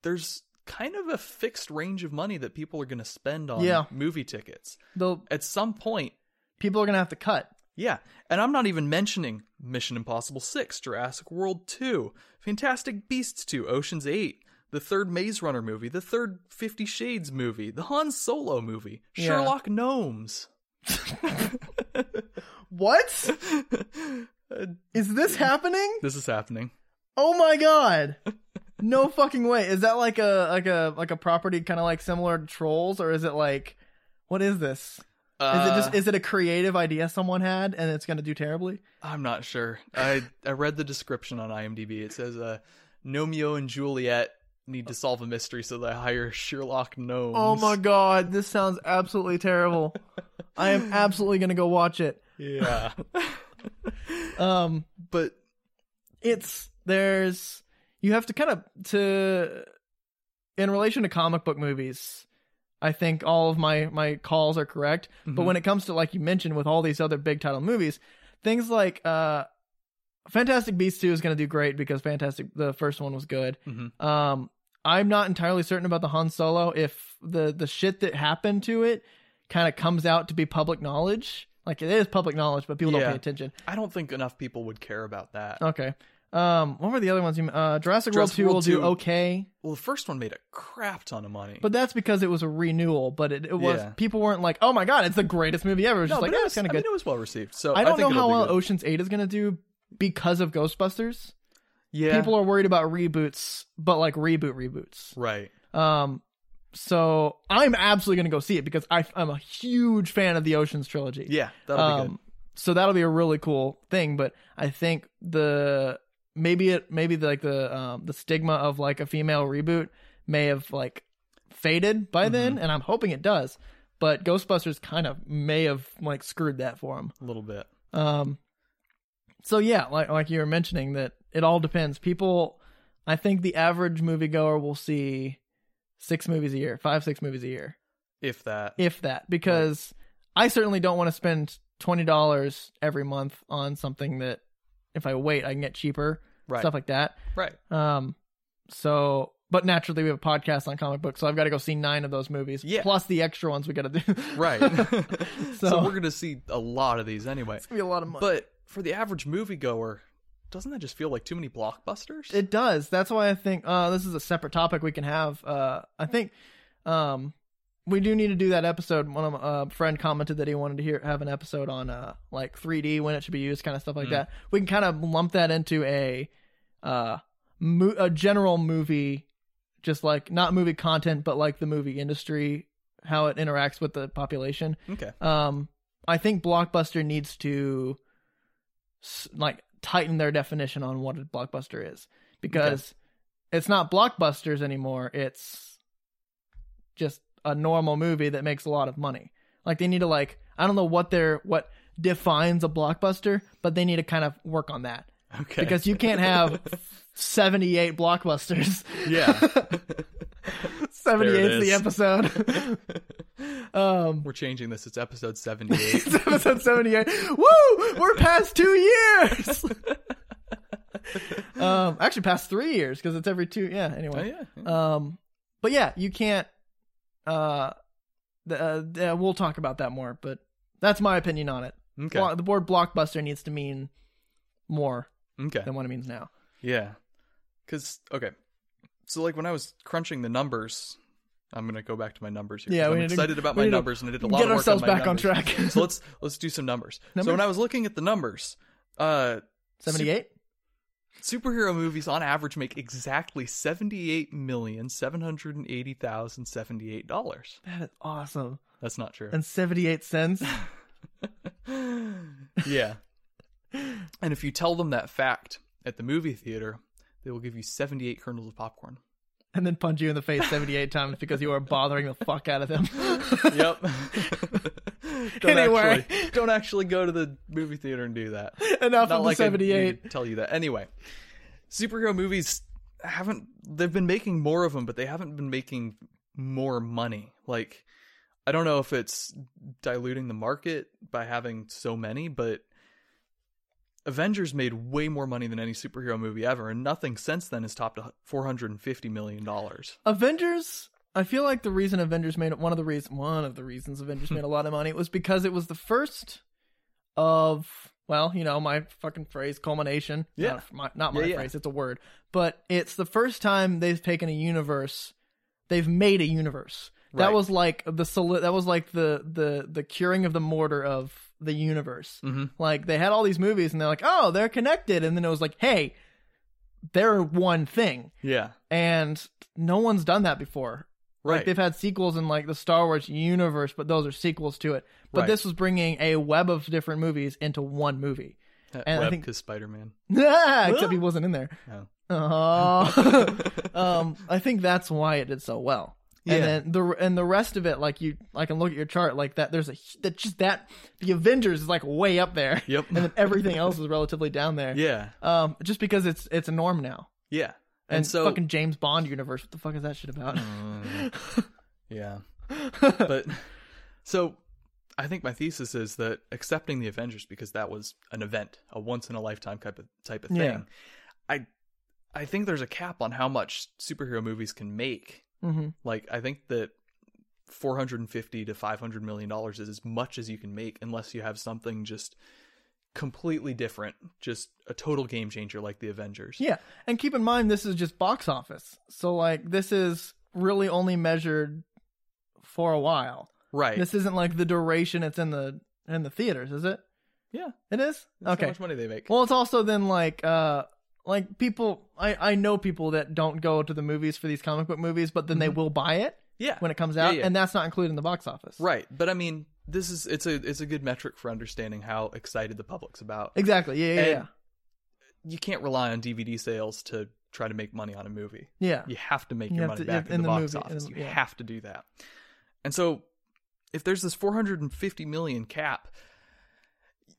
there's kind of a fixed range of money that people are going to spend on Yeah. movie tickets. The At some point, people are going to have to cut. yeah, and I'm not even mentioning Mission Impossible 6, Jurassic World 2, Fantastic Beasts 2, Ocean's 8, the third Maze Runner movie, the third Fifty Shades movie, the Han Solo movie, Yeah. Sherlock Gnomes. (laughs) What? (laughs) Uh, Is this happening? this is happening. Oh my god. No fucking way. Is that like a like a like a property kind of like similar to trolls or is it like what is this? Is Uh, it just is it a creative idea someone had and it's going to do terribly? I'm not sure. I, I read the description on IMDb. It says uh, Nomeo and Juliet need to solve a mystery, so they hire Sherlock Gnomes. Oh my god, this sounds absolutely (laughs) terrible. I am absolutely going to go watch it. (laughs) Yeah. Um but it's there's you have to kind of to in relation to comic book movies i think all of my my calls are correct but Mhm. when it comes to like you mentioned with all these other big title movies things like uh fantastic beasts 2 is going to do great because fantastic the first one was good Mhm. um i'm not entirely certain about the han solo if the the shit that happened to it kind of comes out to be public knowledge like it is public knowledge but people don't Yeah. pay attention I don't think enough people would care about that. Okay. Um, what were the other ones? You, uh, Jurassic, World Jurassic Two World will do 2. okay, Well, the first one made a crap ton of money. but that's because it was a renewal. But it, it was Yeah. people weren't like, "Oh my god, it's the greatest movie ever." It's no, just like, but "Yeah, it was it's kind of good." I mean, it was well received. So I don't think know how it'll do well good. Ocean's Eight is gonna do because of Ghostbusters. yeah, People are worried about reboots, but like reboot reboots. right. Um, so I'm absolutely gonna go see it because I, I'm a huge fan of the Ocean's trilogy. Yeah, that'll be good. Um, so that'll be a really cool thing. But I think the maybe it maybe like the um, the stigma of like a female reboot may have like faded Mm-hmm. by then, and I'm hoping it does. But Ghostbusters kind of may have like screwed that for him. A little bit. Um, so yeah, like like you were mentioning that it all depends. People, I think the average moviegoer will see six movies a year, five six movies a year If that. if that, because I certainly don't want to spend twenty dollars every month on something that if I wait I can get cheaper right. stuff like that. right. (laughs) Um, so but naturally we have a podcast on comic books, so I've got to go see nine of those movies Yeah. plus the extra ones we got to do. (laughs) Right. (laughs) it's so, So- we're gonna see a lot of these anyway. gonna be a lot of money. But for the average moviegoer, doesn't that just feel like too many blockbusters? It does. That's why I think uh, this is a separate topic we can have. Uh, I think um, we do need to do that episode. One of my uh, friend commented that he wanted to hear have an episode on uh, like 3D when it should be used, kind of stuff like Mm. that. We can kind of lump that into a uh, mo- a general movie, just like not movie content, but like the movie industry, how it interacts with the population okay. um i think blockbuster needs to s- like tighten their definition on what a blockbuster is because it's not blockbusters anymore it's just a normal movie that makes a lot of money like they need to like i don't know what their what defines a blockbuster but they need to kind of work on that Okay. because you can't have 78 blockbusters (laughs) (laughs) yeah, 78 There it is the is. episode (laughs) um (laughs) we're changing this. It's episode seventy-eight. it's episode 78. Woo! We're past (laughs) two years! Oh, um, actually, past three years because it's every two. Yeah, oh anyway. yeah. yeah. Um, but yeah, you can't. Uh, the, uh, yeah, we'll talk about that more, but that's my opinion on it. Okay. Blo- the word blockbuster needs to mean more Okay. than what it means now. Yeah. Cause okay. So like when I was crunching the numbers, I'm gonna go back to my numbers here. Yeah, 'cause we I'm need to- excited about we my need to numbers and I did a lot Get of work ourselves on my back on numbers. track. (laughs) so let's let's do some numbers. So when Numbers? I was looking at the numbers, uh 78? superhero movies on average make exactly seventy eight million seven hundred and eighty thousand seventy eight dollars. That is awesome. That's not true. And 78 cents. (gasps) yeah. And if you tell them that fact at the movie theater, they will give you seventy eight kernels of popcorn. and then punch you in the face 78 times because you are bothering the fuck out of them. (laughs) yep. (laughs) don't Anyway. actually don't actually go to the movie theater and do that. Enough Not of like the I need to 78. tell you that. Anyway, superhero movies haven't they've been making more of them, but they haven't been making more money. Like I don't know if it's diluting the market by having so many, but Avengers made way more money than any superhero movie ever, and nothing since then has topped four hundred and fifty million dollars. Avengers. I feel like the reason Avengers made one of the reason one of the reasons Avengers made a lot of money was because it was the first of well, you know, my fucking phrase culmination. Yeah. not my, not my Yeah, yeah. phrase. It's a word, but it's the first time they've taken a universe. They've made a universe. That Right. was like the soli- That was like the the the curing of the mortar of the universe. Mm-hmm. Like they had all these movies, and they're like, oh, they're connected, and then it was like, hey, they're one thing Yeah, and no one's done that before. right. Like they've had sequels in like the Star Wars universe, but those are sequels to it. But Right. this was bringing a web of different movies into one movie. (laughs) That and I web think- is Spider Man. Except he wasn't in there. No. Oh. (laughs) um, I think that's why it did so well. Yeah. And then the and the rest of it, like you, I can look at your chart like that. There's a hu- that just that the Avengers is like way up there, (laughs) Yep. and then everything else is relatively down there. yeah, Um, just because it's it's a norm now. yeah. And, And, so, (laughs) fucking James Bond universe. What the fuck is that shit about? Mm, (laughs) yeah, but so I think my thesis is that accepting the Avengers because that was an event, a once in a lifetime type of type of thing. Yeah. I I think there's a cap on how much superhero movies can make. hmm Like I think that 450 to 500 million dollars is as much as you can make unless you have something just completely different, just a total game changer like the Avengers. Yeah. And keep in mind, this is just box office. So, like, this is really only measured for a while. Right. This isn't like the duration it's in the in the theaters, is it? Yeah. It is? That's okay. How much money they make? Well, it's also then like uh like people I I know people that don't go to the movies for these comic book movies, but then they will buy it yeah. when it comes Mm-hmm. Yeah, out, yeah. and that's not included in the box office. Right. But I mean, this is it's a it's a good metric for understanding how excited the public's about. Exactly. Yeah, yeah, And- You can't rely on DVD sales to try to make money on a movie. yeah. Yeah. You have to make You your have money to- back yeah, in in the, the box movie, in office. the- You yeah. have to do that. And so, if there's this 450 million cap,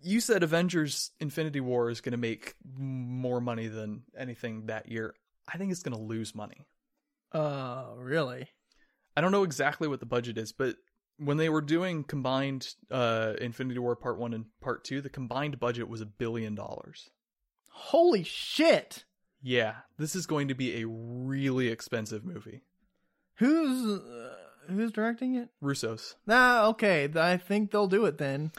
you said Avengers: Infinity War is going to make more money than anything that year. I think it's going to lose money. Uh really? I don't know exactly what the budget is, but when they were doing combined uh, Infinity War Part One and Part Two, the combined budget was a billion dollars. Holy shit. Yeah, this is going to be a really expensive movie. Who's uh, who's directing it? Russo's, Nah, okay. th- I think they'll do it then.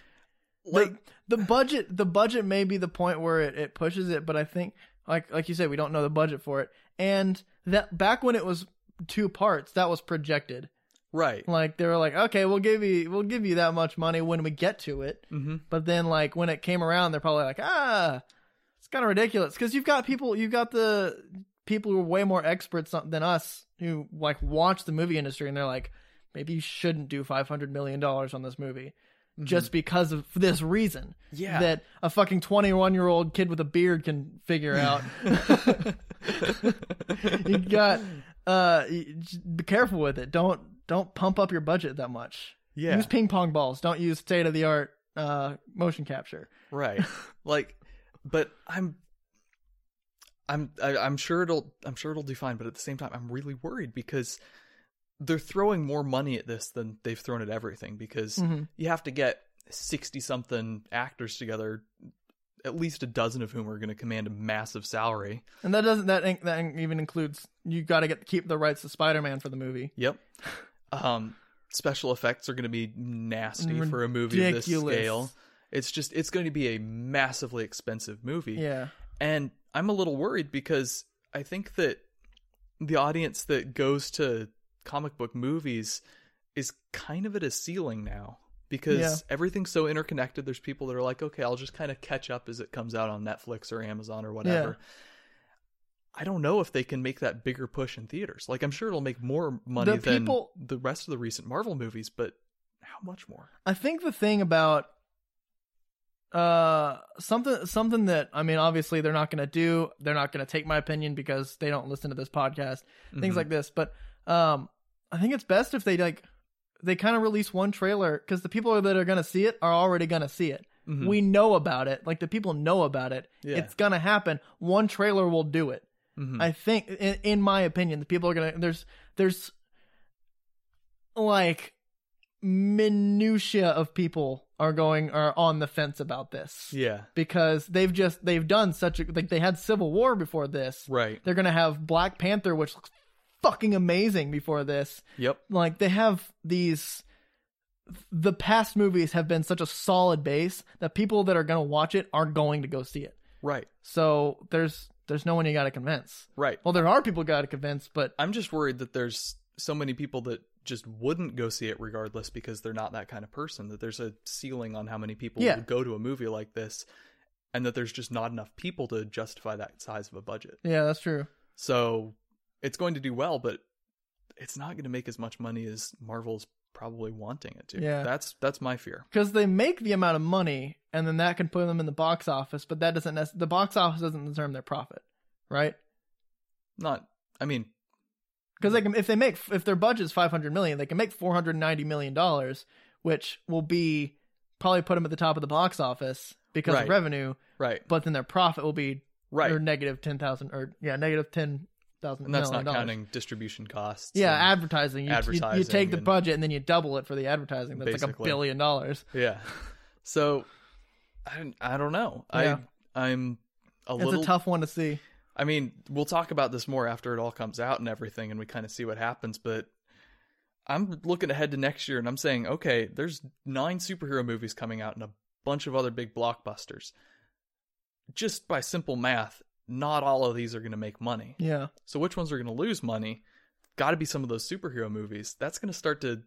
like, the, the budget the budget may be the point where it, it pushes it but i think like like you said we don't know the budget for it and that back when it was two parts that was projected right? like they were like okay we'll give you we'll give you that much money when we get to it Mm-hmm. but then like when it came around they're probably like ah it's kind of ridiculous because you've got people you've got the people who are way more experts on- than us who like watch the movie industry and they're like maybe you shouldn't do 500 million dollars on this movie just because of for this reason Mm-hmm. yeah, that a fucking 21 year old kid with a beard can figure out. (laughs) (laughs) you got uh you- just be careful with it. Don't don't pump up your budget that much. yeah, Use ping pong balls. Don't use state of the art uh motion capture. right. Like, but I'm. I'm I, I'm sure it'll I'm sure it'll do fine, but at the same time, I'm really worried because they're throwing more money at this than they've thrown at everything. Because Mhm. you have to get 60 something actors together at least a dozen of whom are going to command a massive salary And that doesn't that ain't- that ain't even includes you got to get keep the rights to Spider-Man for the movie. yep um special effects are going to be nasty for a movie of Ridiculous. this scale it's just it's going to be a massively expensive movie Yeah. and i'm a little worried because i think that the audience that goes to comic book movies is kind of at a ceiling now because Yeah. everything's so interconnected there's people that are like okay i'll just kind of catch up as it comes out on netflix or amazon or whatever i don't know if they can make that bigger push in theaters like i'm sure it'll make more money The than people- the rest of the recent marvel movies but how much more I think the thing about uh something something that I mean obviously they're not going to do they're not going to take my opinion because they don't listen to this podcast things Mhm. like this but um I think it's best if they like they kind of release one trailer cuz the people that are going to see it are already going to see it Mhm. we know about it like the people know about it Yeah. it's going to happen one trailer will do it Mhm. I think, in, in my opinion, the people are gonna there's there's like minutia of people are going are on the fence about this yeah because they've just they've done such a like they had Civil War before this. right They're gonna have Black Panther, which looks fucking amazing before this. yep Like they have these. The past movies have been such a solid base that people that are going to watch it are going to go see it. right So there's there's no one you got to convince. right Well, there are people got to convince, but I'm just worried that there's so many people that just wouldn't go see it regardless because they're not that kind of person. That there's a ceiling on how many people Yeah. will go to a movie like this, and that there's just not enough people to justify that size of a budget. yeah, that's true. So it's going to do well, but it's not going to make as much money as Marvel's probably wanting it to. Yeah. that's that's my fear. Because they make the amount of money, and then that can put them in the box office, but that doesn't nec- the box office doesn't determine their profit, right? Not, I mean, Because they can if they make if their budget's five hundred million, they can make four hundred ninety million dollars, which will be probably put them at the top of the box office because Right. of revenue, right, but then their profit will be right, or negative ten thousand or yeah negative ten thousand. and that's million not dollars. counting distribution costs. Yeah, and- advertising. You, you- You, advertising take the and- budget and then you double it for the advertising. That's like a Basically. billion dollars. Yeah. So I don't, I don't know. Yeah. I I'm a It's little a tough one to see. I mean, we'll talk about this more after it all comes out and everything and we kind of see what happens, but I'm looking ahead to next year and I'm saying, okay, there's nine superhero movies coming out and a bunch of other big blockbusters. Just by simple math, not all of these are going to make money. Yeah. So which ones are going to lose money? Got to be some of those superhero movies. That's going to start to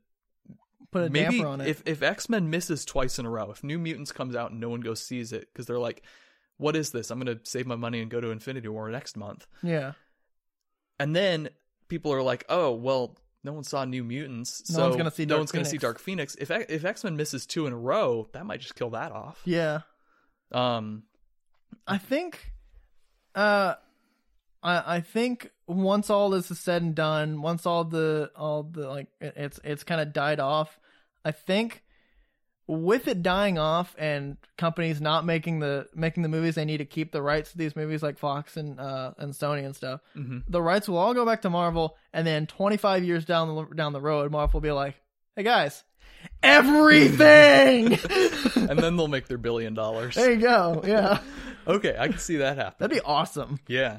Put a maybe damper on it. if if X Men misses twice in a row, if New Mutants comes out and no one goes sees it because they're like, "What is this? I'm going to save my money and go to Infinity War next month." yeah. And then people are like, "Oh, well, no one saw New Mutants, No so one's gonna see no Dark one's going to see Phoenix." Dark Phoenix." If X- if X Men misses two in a row, that might just kill that off. Yeah. Um, I think, uh, I I think once all this is said and done, once all the all the like it- it's it's kind of died off. I think with it dying off and companies not making the making the movies they need to keep the rights to these movies like Fox and uh and Sony and stuff. mhm. The rights will all go back to Marvel, and then 25 years down the down the road, Marvel will be like, "Hey guys, (laughs) everything." and then they'll make their billion dollars. there you go. Yeah, Okay, I can see that happen. (laughs) that'd be awesome. yeah.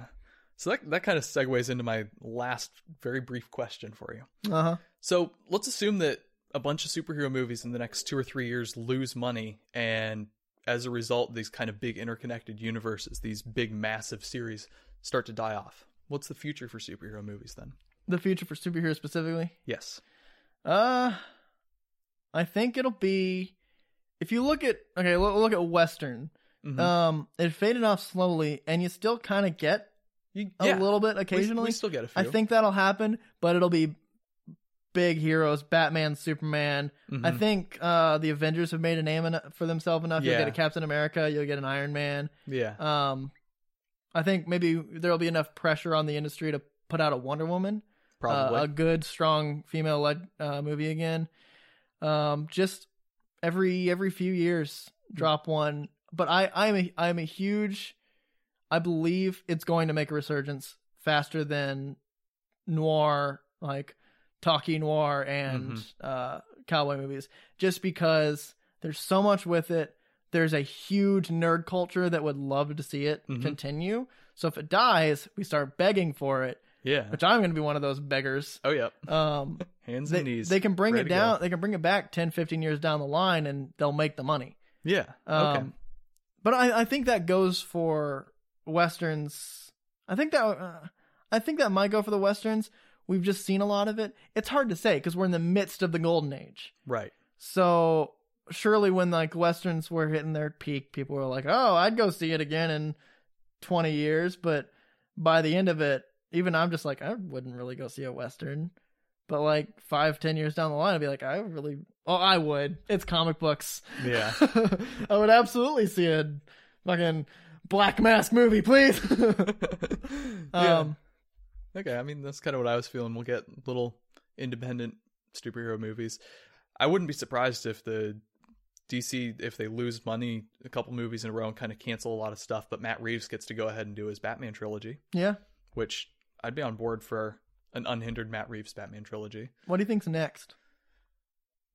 So that that kind of segues into my last very brief question for you. Uh huh. So let's assume that a bunch of superhero movies in the next two or three years lose money, and as a result, these kind of big interconnected universes, these big massive series, start to die off. What's the future for superhero movies then? the future for superheroes specifically? Yes. Uh, I think it'll be if you look at okay, lo- look at Western. Mhm. Um, it faded off slowly, and you still kind of get You- a yeah, little bit we- occasionally. we, still get a few. I think that'll happen, but it'll be big heroes, Batman, Superman. Mhm. I think uh, the Avengers have made a name en- for themselves enough. You'll Yeah. get a Captain America, you'll get an Iron Man. yeah. Um, I think maybe there'll be enough pressure on the industry to put out a Wonder Woman Probably. uh, a good strong female led uh, movie again um just every every few years drop one but i i'm a i'm a huge i believe it's going to make a resurgence faster than noir like talkie noir and uh cowboy movies just because there's so much with it there's a huge nerd culture that would love to see it Mhm. continue so if it dies we start begging for it yeah. which I'm going to be one of those beggars. Oh yeah. (laughs) Um, Hands they, and knees. they can bring Ready it to go. down. They can bring it back 10, 15 years down the line and they'll make the money. Yeah. Um, okay. But I, I think that goes for Westerns. I think that, uh, I think that might go for the Westerns. We've just seen a lot of it. It's hard to say because we're in the midst of the golden age. Right. So surely when like Westerns were hitting their peak, people were like, oh, I'd go see it again in 20 years. But by the end of it, even I'm just like, I wouldn't really go see a Western. But like five, ten years down the line, I'd be like, I really, oh, I would. It's comic books. Yeah. (laughs) (laughs) I would absolutely see a fucking Black Mask movie, please. (laughs) Yeah. Um, Okay, I mean that's kind of what I was feeling. We'll get little independent superhero movies. I wouldn't be surprised if the DC if they lose money a couple movies in a row and kind of cancel a lot of stuff, but Matt Reeves gets to go ahead and do his Batman trilogy, yeah. which I'd be on board for an unhindered Matt Reeves Batman trilogy. What do you think's next?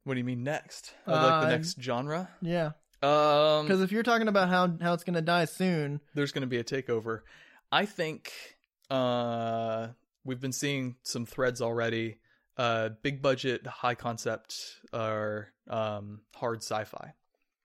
What do you mean next? Of, like the Uh, next genre? Yeah. Um Because if you're talking about how, how it's going to die soon, there's going to be a takeover. I think uh, we've been seeing some threads already. Uh, big budget, high concept, or um, hard sci-fi.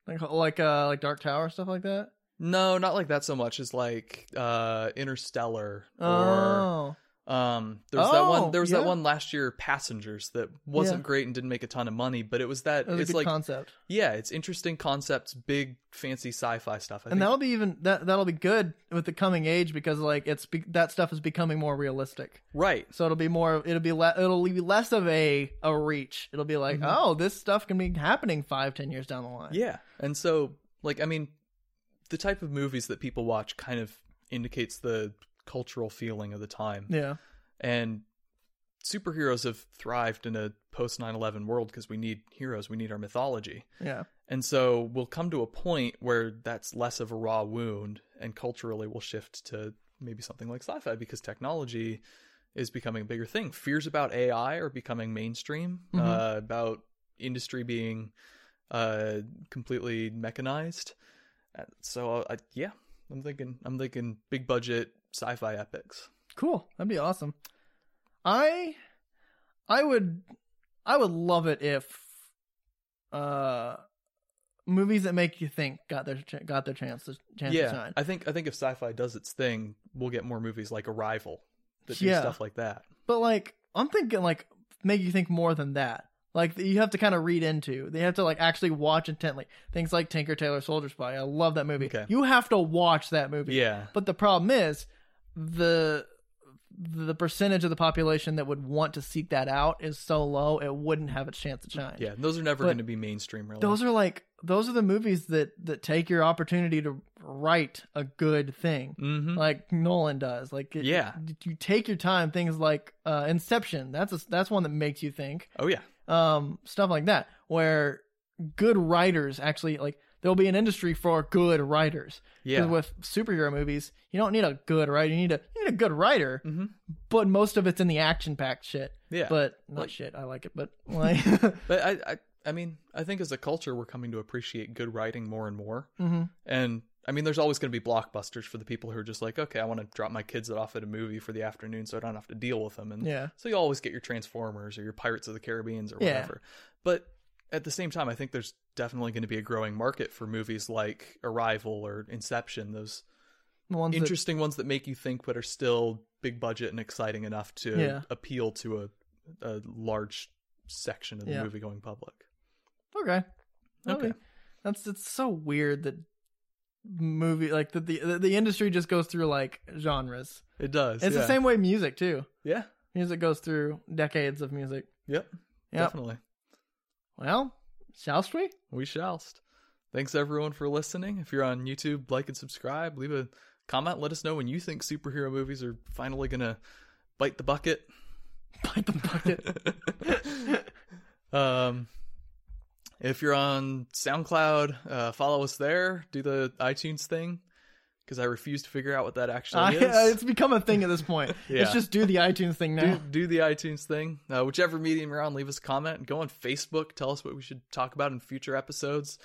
like like uh like Dark Tower stuff like that. No, not like that so much. It's like uh, Interstellar, or Oh, um, there was that one. Oh, There was that yeah. one last year, Passengers, that wasn't Yeah. great and didn't make a ton of money, but it was that. that was a it's good like concept, yeah, it's interesting concepts, big fancy sci-fi stuff. I and think that'll be even that that'll be good with the coming age because like it's be, that stuff is becoming more realistic. right. So it'll be more it'll be le- it'll be less of a a reach. It'll be like Mhm. oh this stuff can be happening five ten years down the line. Yeah. And so, like, I mean, the type of movies that people watch kind of indicates the cultural feeling of the time. yeah, And superheroes have thrived in a post 9 11 world because we need heroes, we need our mythology. yeah. And so we'll come to a point where that's less of a raw wound, and culturally we'll shift to maybe something like sci fi because technology is becoming a bigger thing. Fears about AI are becoming mainstream, uh, Mhm. about industry being uh, completely mechanized. Uh, So I, yeah, I'm thinking I'm thinking big budget sci-fi epics. Cool, that'd be awesome. I I would I would love it if uh movies that make you think got their ch- got their chance to chance to yeah, shine. I think I think if sci-fi does its thing, we'll get more movies like Arrival that do Yeah. stuff like that. But like I'm thinking like make you think more than that. Like you have to kind of read into. They have to like actually watch intently. Things like Tinker Tailor Soldier Spy. I love that movie. Okay. You have to watch that movie. Yeah, But the problem is the the percentage of the population that would want to seek that out is so low it wouldn't have its chance to shine. yeah. Those are never But going to be mainstream, really. Those are like those are the movies that that take your opportunity to write a good thing. hmm Like Nolan does. Like it- Yeah. you take your time. Things like uh, Inception. That's a, that's one that makes you think. Oh yeah. Um, stuff like that, where good writers actually like there'll be an industry for good writers. 'Cause Yeah. With superhero movies, you don't need a good writer. You need a you need a good writer, Mhm. but most of it's in the action packed shit. Yeah. But not Like- shit. I like it, but like. (laughs) mm-hmm, But I, I, I mean, I think as a culture, we're coming to appreciate good writing more and more. Mhm. And I mean, there's always going to be blockbusters for the people who are just like, okay, I want to drop my kids off at a movie for the afternoon, so I don't have to deal with them. And Yeah. so you always get your Transformers or your Pirates of the Caribbean's or Yeah. whatever. But at the same time, I think there's definitely going to be a growing market for movies like Arrival or Inception, those The ones that- interesting ones that make you think but are still big budget and exciting enough to Yeah. appeal to a, a large section of the Yeah. Oh, movie going public. Okay. Okay. Okay. That's it's so weird that movie like that the the the industry just goes through like genres. It does. It's yeah. the same way music too. Yeah. Music goes through decades of music. Yep. Yep. Definitely. Well, shall we? (laughs) We shallst. Thanks everyone for listening. If you're on YouTube, like and subscribe. Leave a comment. Let us know when you think superhero movies are finally gonna bite the bucket. Bite the (laughs) bucket. um, if you're on SoundCloud, uh, follow us there. Do the iTunes thing because I refuse to figure out what that I, uh, actually is. it's become a thing at this point. (laughs) Yeah. It's just do the iTunes thing now. do, do the iTunes thing. Uh, whichever medium you're on, leave us a comment. Go on Facebook. Tell us what we should talk about in future episodes.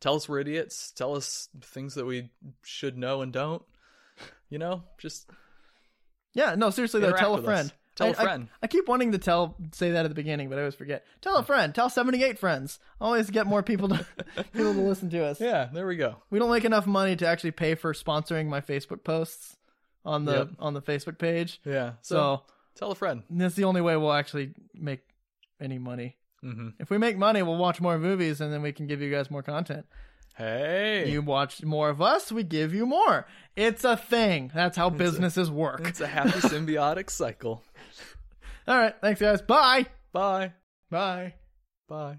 Tell us we're idiots. Tell us things that we should know and don't. You know, just Yeah, no, seriously though, Interact tell a with friend. us. Tell a a friend. I, keep wanting to tell say that at the beginning, but I always forget. Tell a friend. Tell seventy eight friends. Always get more (laughs) people to (laughs) people to listen to us. yeah, there we go. We don't make enough money to actually pay for sponsoring my Facebook posts on the Yep. on the Facebook page. Yeah. So, So tell a friend. that's the only way we'll actually make any money. Mm-hmm. If we make money, we'll watch more movies and then we can give you guys more content. Hey, You watch more of us, we give you more. It's a thing. That's how businesses work. it's a happy symbiotic cycle. All right, thanks guys. Bye. Bye. Bye. Bye.